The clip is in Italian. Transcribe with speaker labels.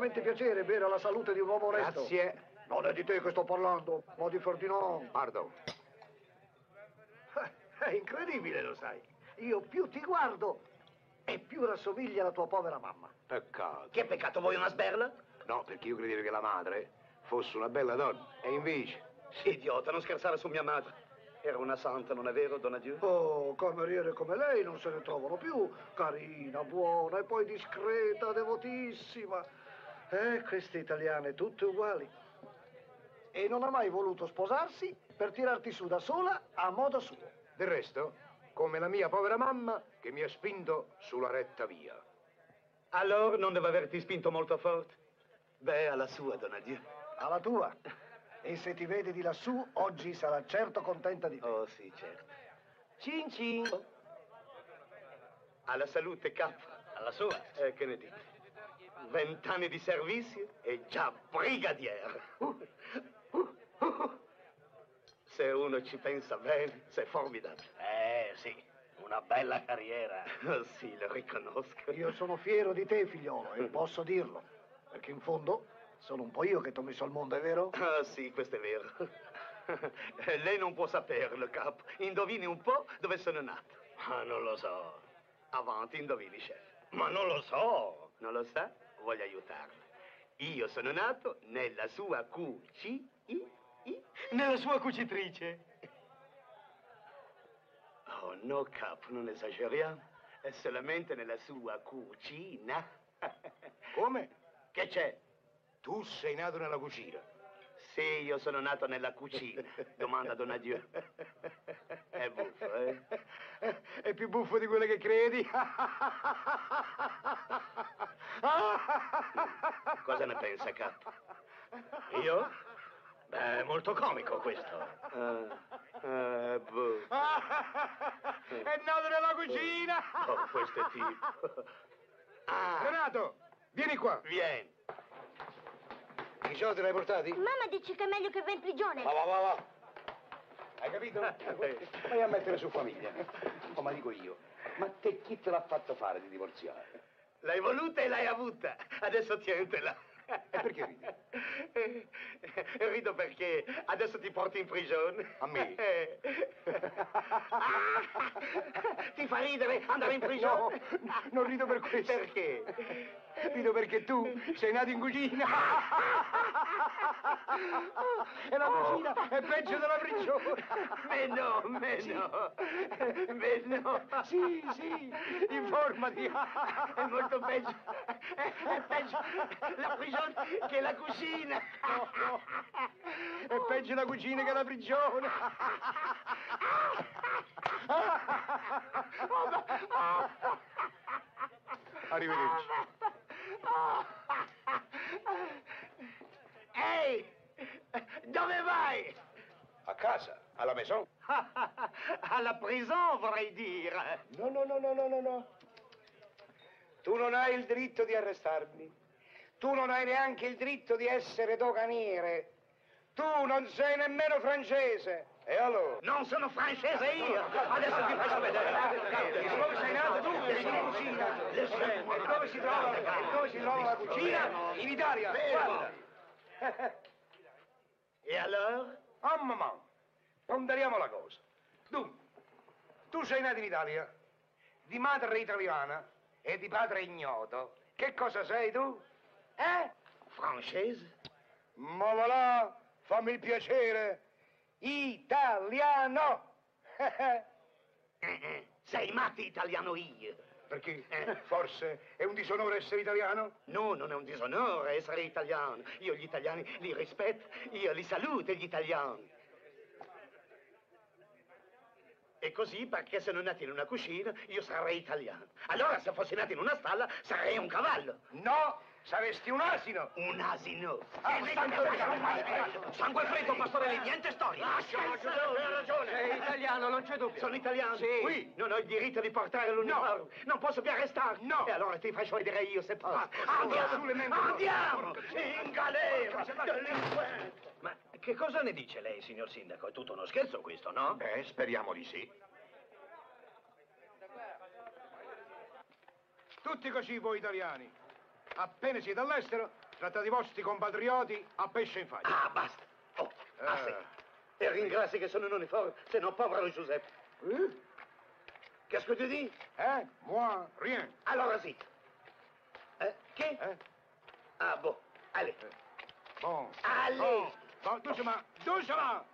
Speaker 1: sente piacere bere alla salute di un uomo onesto.
Speaker 2: Grazie.
Speaker 1: Non è di te che sto parlando, ma di Ferdinando.
Speaker 2: Pardo.
Speaker 1: È incredibile, lo sai. Io più ti guardo e più rassomigli alla tua povera mamma.
Speaker 2: Peccato.
Speaker 3: Che peccato, vuoi una sberla?
Speaker 2: No, perché io credevo che la madre fosse una bella donna. E invece...
Speaker 3: Sì, idiota, non scherzare su mia madre. Era una santa, non è vero, Donadieu?
Speaker 1: Oh, cameriere come lei non se ne trovano più. Carina, buona e poi discreta, devotissima. Eh, queste italiane tutte uguali. E non ha mai voluto sposarsi per tirarti su da sola a modo suo.
Speaker 2: Del resto, come la mia povera mamma che mi ha spinto sulla retta via.
Speaker 3: Allora non deve averti spinto molto forte? Beh, alla sua, Donadieu.
Speaker 1: Alla tua. E se ti vede di lassù, oggi sarà certo contenta di te.
Speaker 3: Oh, sì, certo. Cin cin. Alla salute, capo. Alla sua. Eh, che ne dite? Vent'anni di servizio e già brigadiere. Uh, uh, uh. Se uno ci pensa bene, sei formidabile.
Speaker 4: Eh sì, una bella carriera.
Speaker 3: Oh, sì, lo riconosco.
Speaker 1: Io sono fiero di te, figliolo, e posso dirlo. Perché in fondo sono un po' io che t'ho messo al mondo, è vero?
Speaker 3: Ah, sì, questo è vero. Eh, Lei non può saperlo, capo. Indovini un po' dove sono nato.
Speaker 4: Ma Ah, non lo so.
Speaker 3: Avanti, indovini, chef.
Speaker 4: Ma non lo so.
Speaker 3: Non lo sa? Voglio aiutarla. Io sono nato nella sua cuci... i- i-
Speaker 4: Nella sua cucitrice.
Speaker 3: Oh, no, capo, non esageriamo. È solamente nella sua cucina.
Speaker 2: Come?
Speaker 3: Che c'è?
Speaker 2: Tu sei nato nella cucina.
Speaker 3: Sì, io sono nato nella cucina. Domanda Donadieu. È buffo, eh?
Speaker 2: È più buffo di quello che credi.
Speaker 3: Cosa ne pensa, capo?
Speaker 4: Io? Beh, è molto comico questo.
Speaker 2: Eh,
Speaker 3: Ah, boh.
Speaker 2: È nato nella cucina.
Speaker 3: Oh, questo tipo. Ah,
Speaker 2: Renato, vieni qua.
Speaker 3: vieni.
Speaker 2: I soldi li hai portati?
Speaker 5: Mamma dice che è meglio che va in prigione.
Speaker 2: Va, va, va, va. Hai capito? Vai a mettere su famiglia. Oh, ma dico io, ma te chi te l'ha fatto fare di divorziare?
Speaker 3: L'hai voluta e l'hai avuta. Adesso tientela.
Speaker 2: E perché ridi?
Speaker 3: Eh, Rido perché adesso ti porti in prigione.
Speaker 2: A me?
Speaker 3: Eh. Ah, ti fa ridere andare in prigione?
Speaker 2: No, non rido per questo.
Speaker 3: Perché?
Speaker 2: Rido perché tu sei nato in cucina. E la
Speaker 1: Oh!
Speaker 2: cucina è peggio della prigione.
Speaker 3: Me no, me no. Me no.
Speaker 2: Sì, sì, informati. ah,
Speaker 3: È molto peggio. È, è peggio la prigione che la cucina.
Speaker 2: È peggio la cucina che la prigione. Arrivederci.
Speaker 3: Ehi! Dove vai?
Speaker 2: A casa, alla maison.
Speaker 3: Alla prison vorrei dire.
Speaker 2: No, no, no, no, no, no, no. Tu non hai il diritto di arrestarmi. Tu non hai neanche il diritto di essere doganiere. Tu non sei nemmeno francese. E allora?
Speaker 3: Non sono francese io. Adesso ti faccio vedere.
Speaker 2: Dove sei nato tu? Sei in cucina. E dove si trova, e dove si trova la cucina? In Italia. Guarda.
Speaker 3: E allora?
Speaker 2: Ah, mamma, ponderiamo la cosa. Dunque, tu sei nato in Italia, di madre italiana e di padre ignoto. Che cosa sei tu? Eh?
Speaker 3: Francese?
Speaker 2: Ma va là, fammi il piacere. Italiano!
Speaker 3: Eh, eh, Sei matto italiano io.
Speaker 2: Perché? Eh, Forse è un disonore essere italiano?
Speaker 3: No, non è un disonore essere italiano. Io gli italiani li rispetto, io li saluto gli italiani. E così perché sono nato in una cucina io sarei italiano. Allora se fossi nato in una stalla sarei un cavallo.
Speaker 2: No, saresti un asino.
Speaker 3: Un asino.
Speaker 2: Ah,
Speaker 3: Eh,
Speaker 2: sangue
Speaker 3: eh,
Speaker 2: freddo.
Speaker 3: sangue freddo, pastorelli, niente storia. Lascialo, hai ragione.
Speaker 2: Sei italiano, non c'è dubbio.
Speaker 3: Sono italiano.
Speaker 2: Sì.
Speaker 3: Qui non ho il diritto di portare l'uniforme. Non posso più arrestarmi.
Speaker 2: No.
Speaker 3: E allora ti faccio vedere io se posso.
Speaker 2: Ah,
Speaker 3: andiamo,
Speaker 2: sulle menti.
Speaker 3: andiamo.
Speaker 2: Porca
Speaker 3: In galera.
Speaker 2: miseria.
Speaker 3: Delinquente.
Speaker 4: Ma che cosa ne dice lei, signor sindaco? È tutto uno scherzo questo, no?
Speaker 2: Beh, Eh, speriamo di sì. Tutti così voi italiani. Appena siete all'estero, trattate i vostri compatrioti a pesce in faccia.
Speaker 3: Ah, basta. Oh,
Speaker 2: Eh.
Speaker 3: basta. E ringrazi che sono in uniforme, se no povero Giuseppe. Qu'est-ce que tu dis?
Speaker 2: Eh? Moi, rien.
Speaker 3: Allora sì. Eh, che?
Speaker 2: Eh?
Speaker 3: Ah, boh. Allez.
Speaker 2: Bon.
Speaker 3: Allez.
Speaker 2: Bon, bon doucement, doucement.